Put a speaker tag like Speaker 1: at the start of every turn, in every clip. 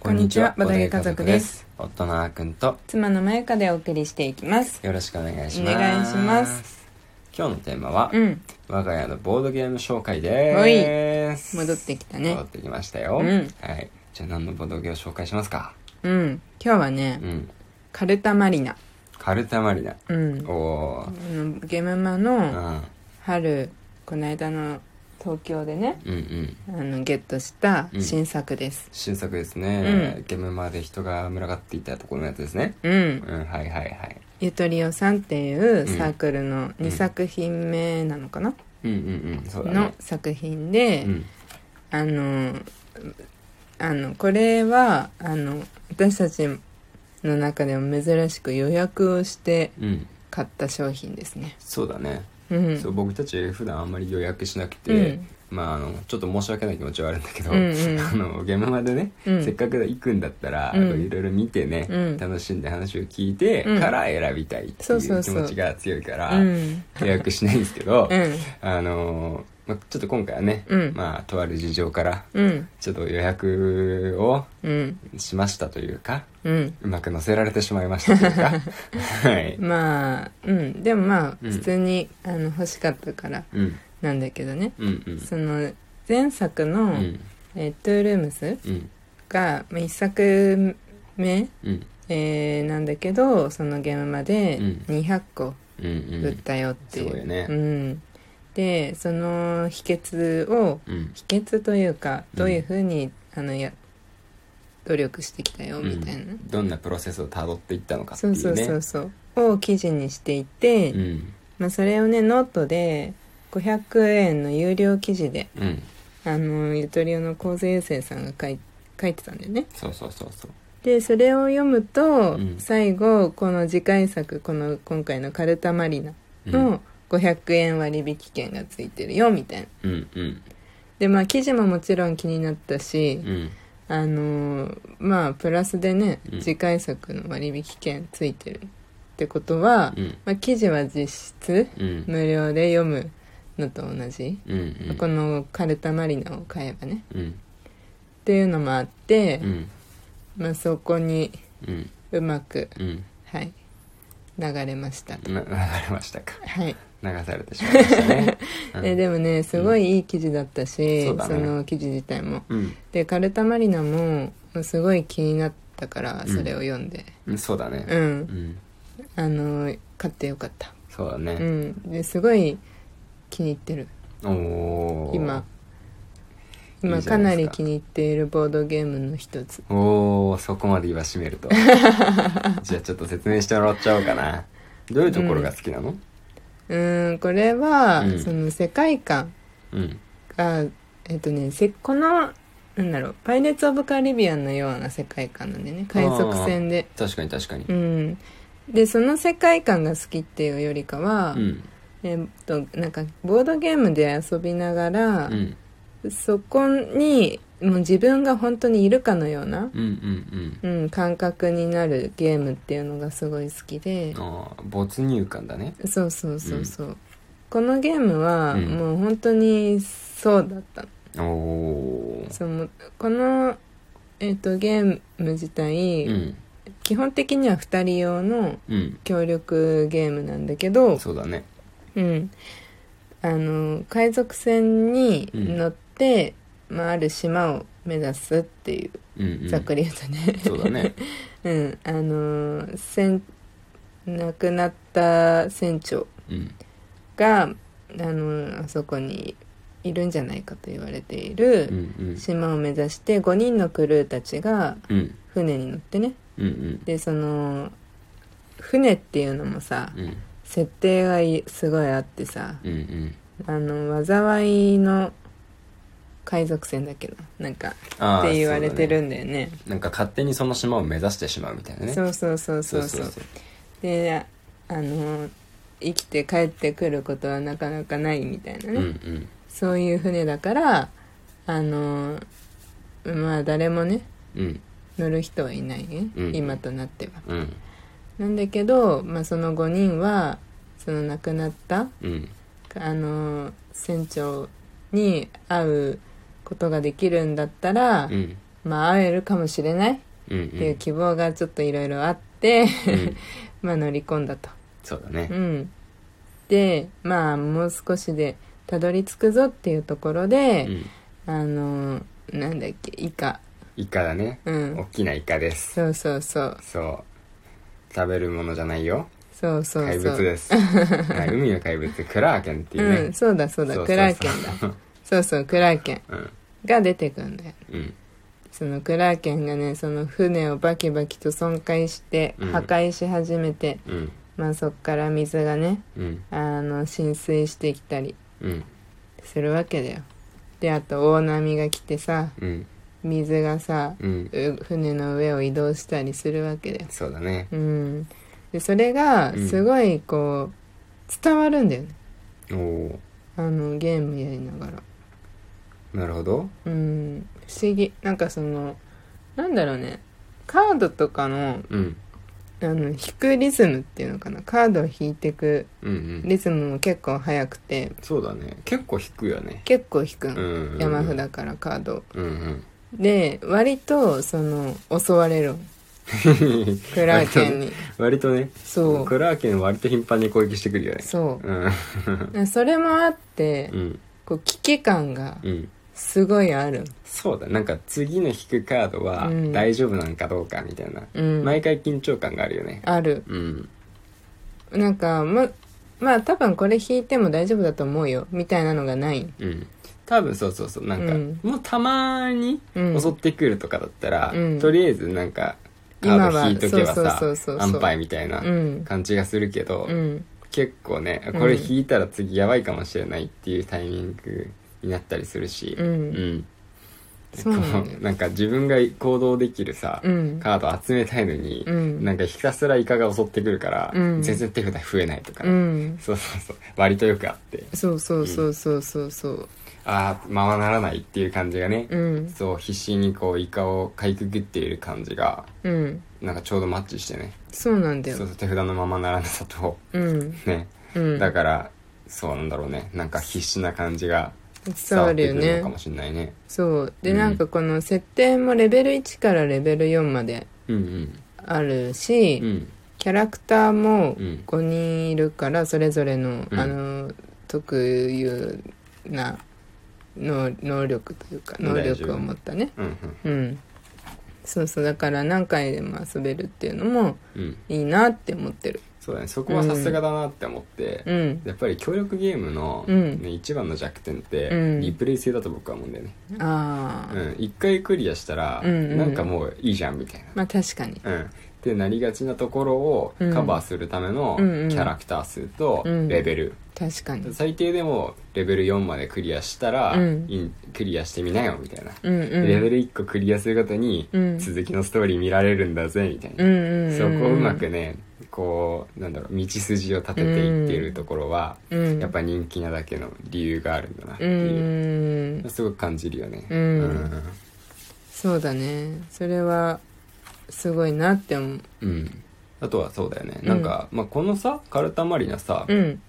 Speaker 1: こんにちはボドゲ家族です
Speaker 2: 夫のあーくんと
Speaker 1: 妻のまゆかでお送りしていきます
Speaker 2: よろしくお願いし
Speaker 1: お
Speaker 2: ます
Speaker 1: 願いします
Speaker 2: 今日のテーマは、
Speaker 1: うん
Speaker 2: 我が家のボードゲーム紹介です
Speaker 1: 戻ってきた
Speaker 2: 戻
Speaker 1: ね
Speaker 2: ってきましたよ、
Speaker 1: うん
Speaker 2: はいじゃあ何のボードゲームを紹介しますか
Speaker 1: うん今日はね
Speaker 2: うん
Speaker 1: カルタマリナ
Speaker 2: カルタマリナ
Speaker 1: うん
Speaker 2: おおー、
Speaker 1: うんゲムマ
Speaker 2: うん、う
Speaker 1: の
Speaker 2: ん
Speaker 1: 春この間の東京でね
Speaker 2: うん
Speaker 1: あのゲットした
Speaker 2: うん
Speaker 1: 新作です
Speaker 2: 新作ですね、
Speaker 1: うん
Speaker 2: ゲームまで人が群がっていたところのやつですね
Speaker 1: うん
Speaker 2: うんはいはいはい
Speaker 1: ゆとりおさんっていうサークルの2作品目なのかな
Speaker 2: うんうんうんそうだ
Speaker 1: の
Speaker 2: ね
Speaker 1: 作品で、
Speaker 2: うん
Speaker 1: あのあのこれはあの私たちの中でも珍しく予約をして
Speaker 2: うん
Speaker 1: 買った商品ですね
Speaker 2: そうだね、
Speaker 1: うん
Speaker 2: そう僕たち普段あんまり予約しなくて、
Speaker 1: うん
Speaker 2: まあ、あのちょっと申し訳ない気持ちはあるんだけど、
Speaker 1: うんうん
Speaker 2: あの現場までね、
Speaker 1: うん
Speaker 2: せっかく行くんだったら、
Speaker 1: うん
Speaker 2: いろいろ見てね、
Speaker 1: うん
Speaker 2: 楽しんで話を聞いて
Speaker 1: うん
Speaker 2: から選びたいって
Speaker 1: そう
Speaker 2: い
Speaker 1: そう
Speaker 2: う気
Speaker 1: そう
Speaker 2: 持ちが強いから
Speaker 1: うん
Speaker 2: 予約しないんですけど、
Speaker 1: うん
Speaker 2: あのまあ、ちょっと今回はね、
Speaker 1: うん
Speaker 2: まあ、とある事情から
Speaker 1: うん
Speaker 2: ちょっと予約を
Speaker 1: うん
Speaker 2: しましたというか
Speaker 1: うん
Speaker 2: うまく載せられてしまいましたというか はい、
Speaker 1: まあうんでもまあ
Speaker 2: うん
Speaker 1: 普通に、あの欲しかったから
Speaker 2: うん、
Speaker 1: なんだけどね、
Speaker 2: うんうん
Speaker 1: その前作の、
Speaker 2: うん
Speaker 1: えートゥールームス
Speaker 2: うん」
Speaker 1: が、まあ、1作目、
Speaker 2: うん
Speaker 1: えーなんだけどそのゲームまで
Speaker 2: うん
Speaker 1: 200個、
Speaker 2: うんうん
Speaker 1: 売ったよっていう、
Speaker 2: すごいよね
Speaker 1: うん、でその秘訣を
Speaker 2: うん
Speaker 1: 秘訣というか
Speaker 2: うん
Speaker 1: どういうふうに、あのや努力してきたよみたいな、
Speaker 2: うん、どんなプロセスをたどっていったのかってい
Speaker 1: そうう
Speaker 2: ね
Speaker 1: そうそうそうを記事にしていて、
Speaker 2: うん
Speaker 1: まあ、それをねノートで500円の有料記事で
Speaker 2: うん
Speaker 1: あのゆとりおの構成優生さんが書い書いてたんだよね
Speaker 2: そうそうそうそう
Speaker 1: でそれを読むと、
Speaker 2: うん
Speaker 1: 最後この次回作この今回の「カルタマリナ」
Speaker 2: うん
Speaker 1: の500円割引券がついてるよみたいな
Speaker 2: うんうん
Speaker 1: でまあ記事ももちろん気になったし、
Speaker 2: うん
Speaker 1: あのーまあプラスでね、
Speaker 2: うん
Speaker 1: 次回作の割引券ついてるってことは、
Speaker 2: うん
Speaker 1: まあ、記事は実質
Speaker 2: うん
Speaker 1: 無料で読むのと同じ、
Speaker 2: うんうん
Speaker 1: この「カルタマリナ」を買えばね
Speaker 2: うん
Speaker 1: っていうのもあって、
Speaker 2: うん
Speaker 1: まあ、そこに
Speaker 2: うん
Speaker 1: うまく
Speaker 2: うん
Speaker 1: はい流れましたと。
Speaker 2: な流れましたか
Speaker 1: はい
Speaker 2: 流されてしまいましたね、うん、
Speaker 1: えでもねすごいいい記事だったし、
Speaker 2: そうだね
Speaker 1: の記事自体も
Speaker 2: うん
Speaker 1: でカルタマリナもまあすごい気になったから
Speaker 2: うん
Speaker 1: それを読んで
Speaker 2: うんそうだ
Speaker 1: う
Speaker 2: ね
Speaker 1: ん、
Speaker 2: うん
Speaker 1: あの買ってよかった
Speaker 2: そうだ
Speaker 1: う
Speaker 2: ね、
Speaker 1: んですごい気に入ってる
Speaker 2: おお
Speaker 1: 今
Speaker 2: い
Speaker 1: 今
Speaker 2: いじゃ
Speaker 1: か
Speaker 2: な
Speaker 1: ない
Speaker 2: です
Speaker 1: り
Speaker 2: か
Speaker 1: 気に入っているボードゲームの一つ
Speaker 2: おおそこまで言わしめるとじゃあちょっと説明してもらっちゃおうかなどういうところが好きなの
Speaker 1: うんこれは、
Speaker 2: うん
Speaker 1: その世界観
Speaker 2: うん
Speaker 1: がえっとねせこのなんだろう「パイレーツ・オブ・カリビアン」のような世界観なんでね海賊船で
Speaker 2: 確かに確かに
Speaker 1: うんでその世界観が好きっていうよりかは、
Speaker 2: うん
Speaker 1: えっとなんかボードゲームで遊びながら
Speaker 2: う、ん
Speaker 1: そこにもう自分が本当にいるかのような、
Speaker 2: うんうん
Speaker 1: うん、感覚になるゲームっていうのがすごい好きで
Speaker 2: うん、ああ没入感だね
Speaker 1: そうそうそうそう、このゲームは
Speaker 2: うん
Speaker 1: もう本当にそうだったの、
Speaker 2: おお
Speaker 1: そのこの、えっとゲーム自体、
Speaker 2: うん
Speaker 1: 基本的には2人用の
Speaker 2: うん
Speaker 1: 協力ゲームなんだけど、
Speaker 2: そうだね
Speaker 1: うん、あの海賊船に乗って、まあ、ある島を目指すっていう
Speaker 2: うんうん
Speaker 1: ざっくり言うとね、
Speaker 2: そうだ ね
Speaker 1: うんあのー船亡くなった船長
Speaker 2: うん
Speaker 1: が、あのーあそこにいるんじゃないかと言われていうる
Speaker 2: ん
Speaker 1: 島を目指して5人のクルーたちが
Speaker 2: うんうん
Speaker 1: 船に乗ってね
Speaker 2: うんうん
Speaker 1: でその船っていうのもさ
Speaker 2: うん
Speaker 1: 設定がいすごいあってさ
Speaker 2: うんうん
Speaker 1: あの災いの海賊船だっけななんか
Speaker 2: あ
Speaker 1: っ
Speaker 2: あ
Speaker 1: て言われてる
Speaker 2: そうだね
Speaker 1: んだよね
Speaker 2: なんか勝手にその島を目指してしまうみたいなね
Speaker 1: そうそうそうそうそうであの生きて帰ってくることはなかなかないみたい
Speaker 2: う
Speaker 1: なね、
Speaker 2: んうん
Speaker 1: そういう船だからあのまあ誰もね
Speaker 2: うん
Speaker 1: 乗る人はいないね、
Speaker 2: うん
Speaker 1: 今となっては
Speaker 2: うん
Speaker 1: なんだけど、まあ、その5人はその亡くなった
Speaker 2: うん
Speaker 1: あの船長に会うことができるんだったら、
Speaker 2: うん
Speaker 1: まあ会えるかもしれないっ
Speaker 2: うん
Speaker 1: ていううん希望がちょっといろいろあって、
Speaker 2: うん
Speaker 1: まあ乗り込んだと。
Speaker 2: そうだね
Speaker 1: うん、でまあもう少しでたどり着くぞっていうところで
Speaker 2: う、ん
Speaker 1: あのなんだっけイカ
Speaker 2: イカだね
Speaker 1: う
Speaker 2: 大
Speaker 1: ん
Speaker 2: きなイカです
Speaker 1: そうそうそう
Speaker 2: そう食べるものじゃないよ
Speaker 1: そうそうそう
Speaker 2: 怪物です はい海の怪物クラーケンっていうね
Speaker 1: うんそうだそうだ
Speaker 2: そうそうそう
Speaker 1: クラーケンだそうそうクラーケン
Speaker 2: うん
Speaker 1: が出てくるんだよ
Speaker 2: うん
Speaker 1: そのクラーケンがねその船をバキバキと損壊して
Speaker 2: うん
Speaker 1: 破壊し始めて、
Speaker 2: うん
Speaker 1: まあそっから水がね
Speaker 2: うん
Speaker 1: あの浸水してきたり
Speaker 2: うん
Speaker 1: するわけだよであと大波が来てさ
Speaker 2: うん
Speaker 1: 水がさ
Speaker 2: うん
Speaker 1: う船の上を移動したりするわけだよ、
Speaker 2: そうだね
Speaker 1: うん、でそれが
Speaker 2: うん
Speaker 1: すごいこう伝わるんだよね
Speaker 2: おお
Speaker 1: あのゲームやりながら
Speaker 2: ーなるほど
Speaker 1: うん不思議なんかそのなんだろうねカードとかの
Speaker 2: うん
Speaker 1: あの引くリズムっていうのかなカードを引いてく
Speaker 2: うんうん
Speaker 1: リズムも結構速くて
Speaker 2: そうだね結構引くよね
Speaker 1: 結構引く
Speaker 2: う
Speaker 1: の、
Speaker 2: んうん
Speaker 1: 山札からカードを
Speaker 2: うん
Speaker 1: で割とその襲われるの
Speaker 2: うん
Speaker 1: クラーケ ンに
Speaker 2: 割とね
Speaker 1: そう
Speaker 2: クラーケン割と頻繁に攻撃してくるよね
Speaker 1: そ
Speaker 2: うん
Speaker 1: うそれもあって
Speaker 2: うん
Speaker 1: こう危機感が
Speaker 2: うん
Speaker 1: すごいある、
Speaker 2: そうだなんか次の引くカードは
Speaker 1: うん
Speaker 2: 大丈夫なんかどうかみたいな、
Speaker 1: うん、
Speaker 2: 毎回緊張感があるよね
Speaker 1: ある
Speaker 2: うん
Speaker 1: なんかままあ多分これ引いても大丈夫だと思うよみたいなのがない、
Speaker 2: うん多分そうそうそうなんか、
Speaker 1: うん
Speaker 2: もうたまに
Speaker 1: うん、
Speaker 2: 襲ってくるとかだったら、
Speaker 1: うん
Speaker 2: とりあえずなんかカ
Speaker 1: 今
Speaker 2: ード
Speaker 1: は
Speaker 2: 引いとけばさ
Speaker 1: そうそうそうそう
Speaker 2: 安牌みたいな
Speaker 1: うん
Speaker 2: 感じがするけど、
Speaker 1: うん
Speaker 2: 結構ね
Speaker 1: うん
Speaker 2: これ引いたら次やばいかもしれないっていうタイミングになったりするし
Speaker 1: う、
Speaker 2: うんん
Speaker 1: そうなんだよ
Speaker 2: こうなんか自分が行動できるさ、
Speaker 1: うん
Speaker 2: カード集めたいのに、
Speaker 1: うん
Speaker 2: なんかひたすらイカが襲ってくるから、
Speaker 1: うん
Speaker 2: 全然手札増えないとか、
Speaker 1: うん
Speaker 2: そうそうそう割とよくあって
Speaker 1: そうそうそうそうそうそう
Speaker 2: ああままならないっていう感じがね、
Speaker 1: うん
Speaker 2: そう必死にこうイカをかいくぐっている感じが
Speaker 1: うん
Speaker 2: なんかちょうどマッチしてね
Speaker 1: そうなんだよ
Speaker 2: そうそう手札のままならなさと
Speaker 1: うん
Speaker 2: ね、
Speaker 1: うん
Speaker 2: だからそうなんだろうねなんか必死な感じが伝
Speaker 1: 伝
Speaker 2: わ
Speaker 1: わ
Speaker 2: っ
Speaker 1: る
Speaker 2: て
Speaker 1: よ
Speaker 2: くるの
Speaker 1: ね
Speaker 2: かもしれないね
Speaker 1: そうで、
Speaker 2: うん
Speaker 1: なんかこの設定もレベル1からレベル4まで
Speaker 2: うん
Speaker 1: あるし、
Speaker 2: うんうん
Speaker 1: キャラクターも
Speaker 2: うん
Speaker 1: 5人いるからそれぞれの、
Speaker 2: うん
Speaker 1: あの特有な能能力というか
Speaker 2: 大丈夫
Speaker 1: 能力を持ったね
Speaker 2: うん
Speaker 1: うんそうそうだから何回でも遊べるっていうのも
Speaker 2: うんうん
Speaker 1: いいなって思ってる
Speaker 2: そうだねそこはさすがだなって思って、
Speaker 1: うん
Speaker 2: やっぱり協力ゲームの、
Speaker 1: うん
Speaker 2: ね、一番の弱点って、
Speaker 1: うん
Speaker 2: リプレイ性だと僕は思うんだよね、
Speaker 1: ああ、
Speaker 2: うん、一回クリアしたら、
Speaker 1: うんうんうん
Speaker 2: なんかもういいじゃんみたいな
Speaker 1: まあ確かに
Speaker 2: うん、ってなりがちなところを
Speaker 1: うん
Speaker 2: カバーするためのキ
Speaker 1: うんうん
Speaker 2: ャラクター数と
Speaker 1: うん
Speaker 2: レベル、
Speaker 1: 確かに
Speaker 2: 最低でもレベル4までクリアしたら、
Speaker 1: うん
Speaker 2: いんクリアしてみなよみたいな、
Speaker 1: うんうん
Speaker 2: レベル1個クリアするごとに、
Speaker 1: うん
Speaker 2: 続きのストーリー見られるんだぜみたいな、
Speaker 1: うんうんうん
Speaker 2: そこをうまくねこうなんだろう道筋を立てていっているところは、
Speaker 1: うん
Speaker 2: やっぱ人気なだけの理由があるんだなって
Speaker 1: う
Speaker 2: いう、
Speaker 1: ん
Speaker 2: すごく感じるよね、
Speaker 1: うんそうだねそれはすごいなって思う
Speaker 2: うんあとはそうだよね、
Speaker 1: うん
Speaker 2: なんか、まあ、このさカルタマリナさ、
Speaker 1: うん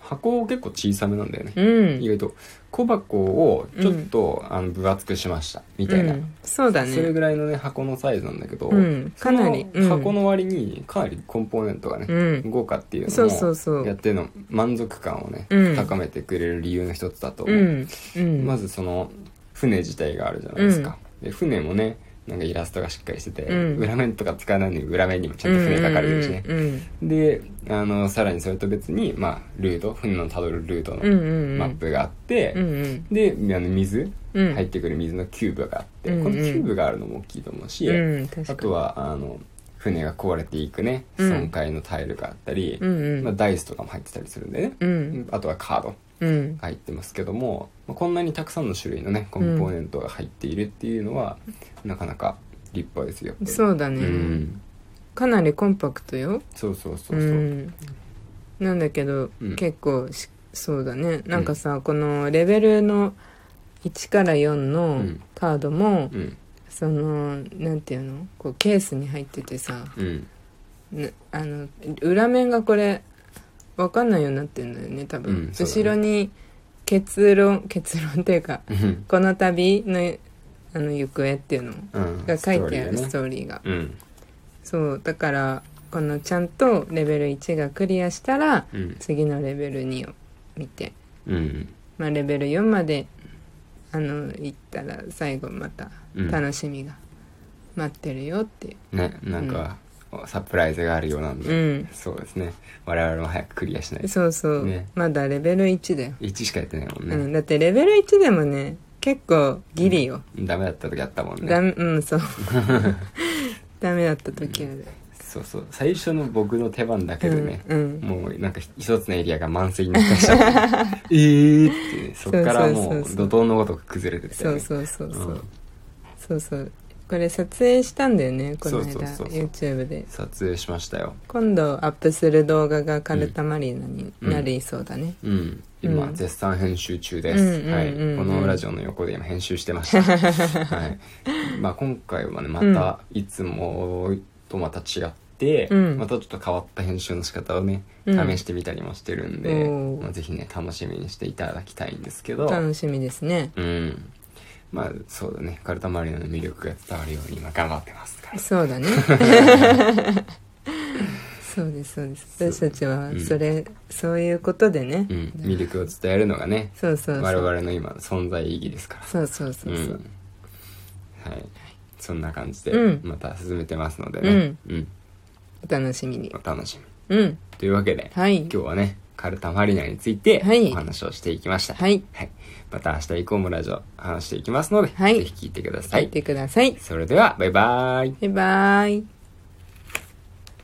Speaker 2: 箱結構小さめなんだよね、
Speaker 1: うん
Speaker 2: 意外と小箱をちょっと、あの分厚くしましたみたいな、
Speaker 1: うん、そうだ
Speaker 2: それ
Speaker 1: ね
Speaker 2: ぐらいのね箱のサイズなんだけど、
Speaker 1: うんかなり
Speaker 2: その
Speaker 1: うん
Speaker 2: 箱の割にかなりコンポーネントがね、
Speaker 1: うん
Speaker 2: 豪華っていう
Speaker 1: そうそう
Speaker 2: の
Speaker 1: そ
Speaker 2: も
Speaker 1: う
Speaker 2: やっての満足感をね、
Speaker 1: うん
Speaker 2: 高めてくれる理由の一つだと思
Speaker 1: う
Speaker 2: う、
Speaker 1: んうん
Speaker 2: まずその船自体があるじゃないですか、で船もねなんかイラストがしっかりしてて、
Speaker 1: うん
Speaker 2: 裏面とか使わないのに裏面にもちゃんと船書かれてるしね、
Speaker 1: うんうん
Speaker 2: であのさらにそれと別に、まあ、ルート船のたどるルート
Speaker 1: うんう
Speaker 2: の
Speaker 1: んうん
Speaker 2: マップがあって、
Speaker 1: うんうん
Speaker 2: であの水、
Speaker 1: うん
Speaker 2: 入ってくる水のキューブがあって、
Speaker 1: うんうん
Speaker 2: このキューブがあるのも大きいと思うし、
Speaker 1: うん確
Speaker 2: あ
Speaker 1: かに
Speaker 2: とはあの船が壊れていくね
Speaker 1: う
Speaker 2: 損
Speaker 1: ん
Speaker 2: 壊のタイルがあったり、
Speaker 1: うんうん
Speaker 2: まあ、ダイスとかも入ってたりするんでね、
Speaker 1: うん
Speaker 2: あとはカードが
Speaker 1: うん
Speaker 2: 入ってますけども、まあ、こんなにたくさんの種類のねコンポーネントが入っているっていうのは、なかなか立派ですよ。
Speaker 1: そうだ
Speaker 2: う
Speaker 1: ね、
Speaker 2: ん、
Speaker 1: かなりコンパクトよ
Speaker 2: そうそうそうそう、
Speaker 1: ん、なんだけど、
Speaker 2: うん
Speaker 1: 結構しそうだねなんかさ、このレベルの1から4
Speaker 2: う
Speaker 1: の
Speaker 2: ん
Speaker 1: カードも、
Speaker 2: うん
Speaker 1: そのなんていうのこうケースに入っててさ
Speaker 2: うん
Speaker 1: なあの裏面がこれわかんないようになってんだよね多分、
Speaker 2: うんそうだね
Speaker 1: 後ろに結論結論っていうか
Speaker 2: うん
Speaker 1: この旅のあの行方っていうの
Speaker 2: うん
Speaker 1: が書いてある
Speaker 2: ス
Speaker 1: ス
Speaker 2: トー
Speaker 1: トーリーが
Speaker 2: リーね
Speaker 1: そうだからこのちゃんとレベル1がクリアしたら
Speaker 2: うん
Speaker 1: 次のレベル2を見て、
Speaker 2: うんうん
Speaker 1: まあ、レベル4まであの行ったら最後また
Speaker 2: うん
Speaker 1: 楽しみが待ってるよっていう
Speaker 2: ねなんか、サプライズがあるようなんで、
Speaker 1: うん、
Speaker 2: そうですね我々も早くクリアしないと
Speaker 1: そうそう、
Speaker 2: ね
Speaker 1: まだレベル1だよ、
Speaker 2: 1しかやってないもん
Speaker 1: うん、
Speaker 2: ね、
Speaker 1: だってレベル1でもね結構ギリよ、
Speaker 2: ダメだった時あったもんね
Speaker 1: ダメう んそうダメだった時ある
Speaker 2: そうそう最初の僕の手番だけでね、
Speaker 1: うんうん
Speaker 2: もうなんか一つのエリアが満水になってま したからねえーってね、そっからも
Speaker 1: そうそう
Speaker 2: う
Speaker 1: そうそ
Speaker 2: 怒
Speaker 1: う
Speaker 2: 涛のごとく崩れてった
Speaker 1: そ
Speaker 2: よ
Speaker 1: う
Speaker 2: ね
Speaker 1: そうそうそう、
Speaker 2: うん
Speaker 1: そうそうこれ撮影したんだよねこの間
Speaker 2: そうそうそうそう
Speaker 1: YouTube で
Speaker 2: 撮影しましたよ
Speaker 1: 今度アップする動画がカルタマリーナになりそうだね、
Speaker 2: うん今、
Speaker 1: うん
Speaker 2: 絶賛編集中です、
Speaker 1: うん
Speaker 2: はい、
Speaker 1: うんうん
Speaker 2: このラジオの横で今編集してま した、はいまあ、今回はねまたいつもとまた違って、
Speaker 1: うん
Speaker 2: またちょっと変わった編集の仕方をね
Speaker 1: うん
Speaker 2: 試してみたりもしてるんで、
Speaker 1: おー
Speaker 2: まあ、ぜひね楽しみにしていただきたいんですけど
Speaker 1: 楽しみですね
Speaker 2: うんまあそうだねカルタマリナの魅力が伝わるように今頑張ってますから
Speaker 1: そ うだねそうですそうです私たちは
Speaker 2: うん
Speaker 1: それ、そういうことでね、
Speaker 2: うん魅力を伝えるのがね
Speaker 1: そうそうそう
Speaker 2: 我々の今の存在意義ですから
Speaker 1: そうそうそうそう、
Speaker 2: うん、はいそんな感じで
Speaker 1: うん
Speaker 2: また進めてますのでね、うん
Speaker 1: お楽しみに
Speaker 2: お楽しみ
Speaker 1: うん
Speaker 2: にというわけで、
Speaker 1: はい
Speaker 2: 今日はねカルタマリナについて
Speaker 1: はい
Speaker 2: お話をしていきました、
Speaker 1: はい
Speaker 2: また明日以降もラジオ話していきますので、
Speaker 1: はい
Speaker 2: ぜひ聞いてくださ
Speaker 1: 聞
Speaker 2: い、
Speaker 1: いてください、
Speaker 2: それではバイバイ
Speaker 1: バイバイ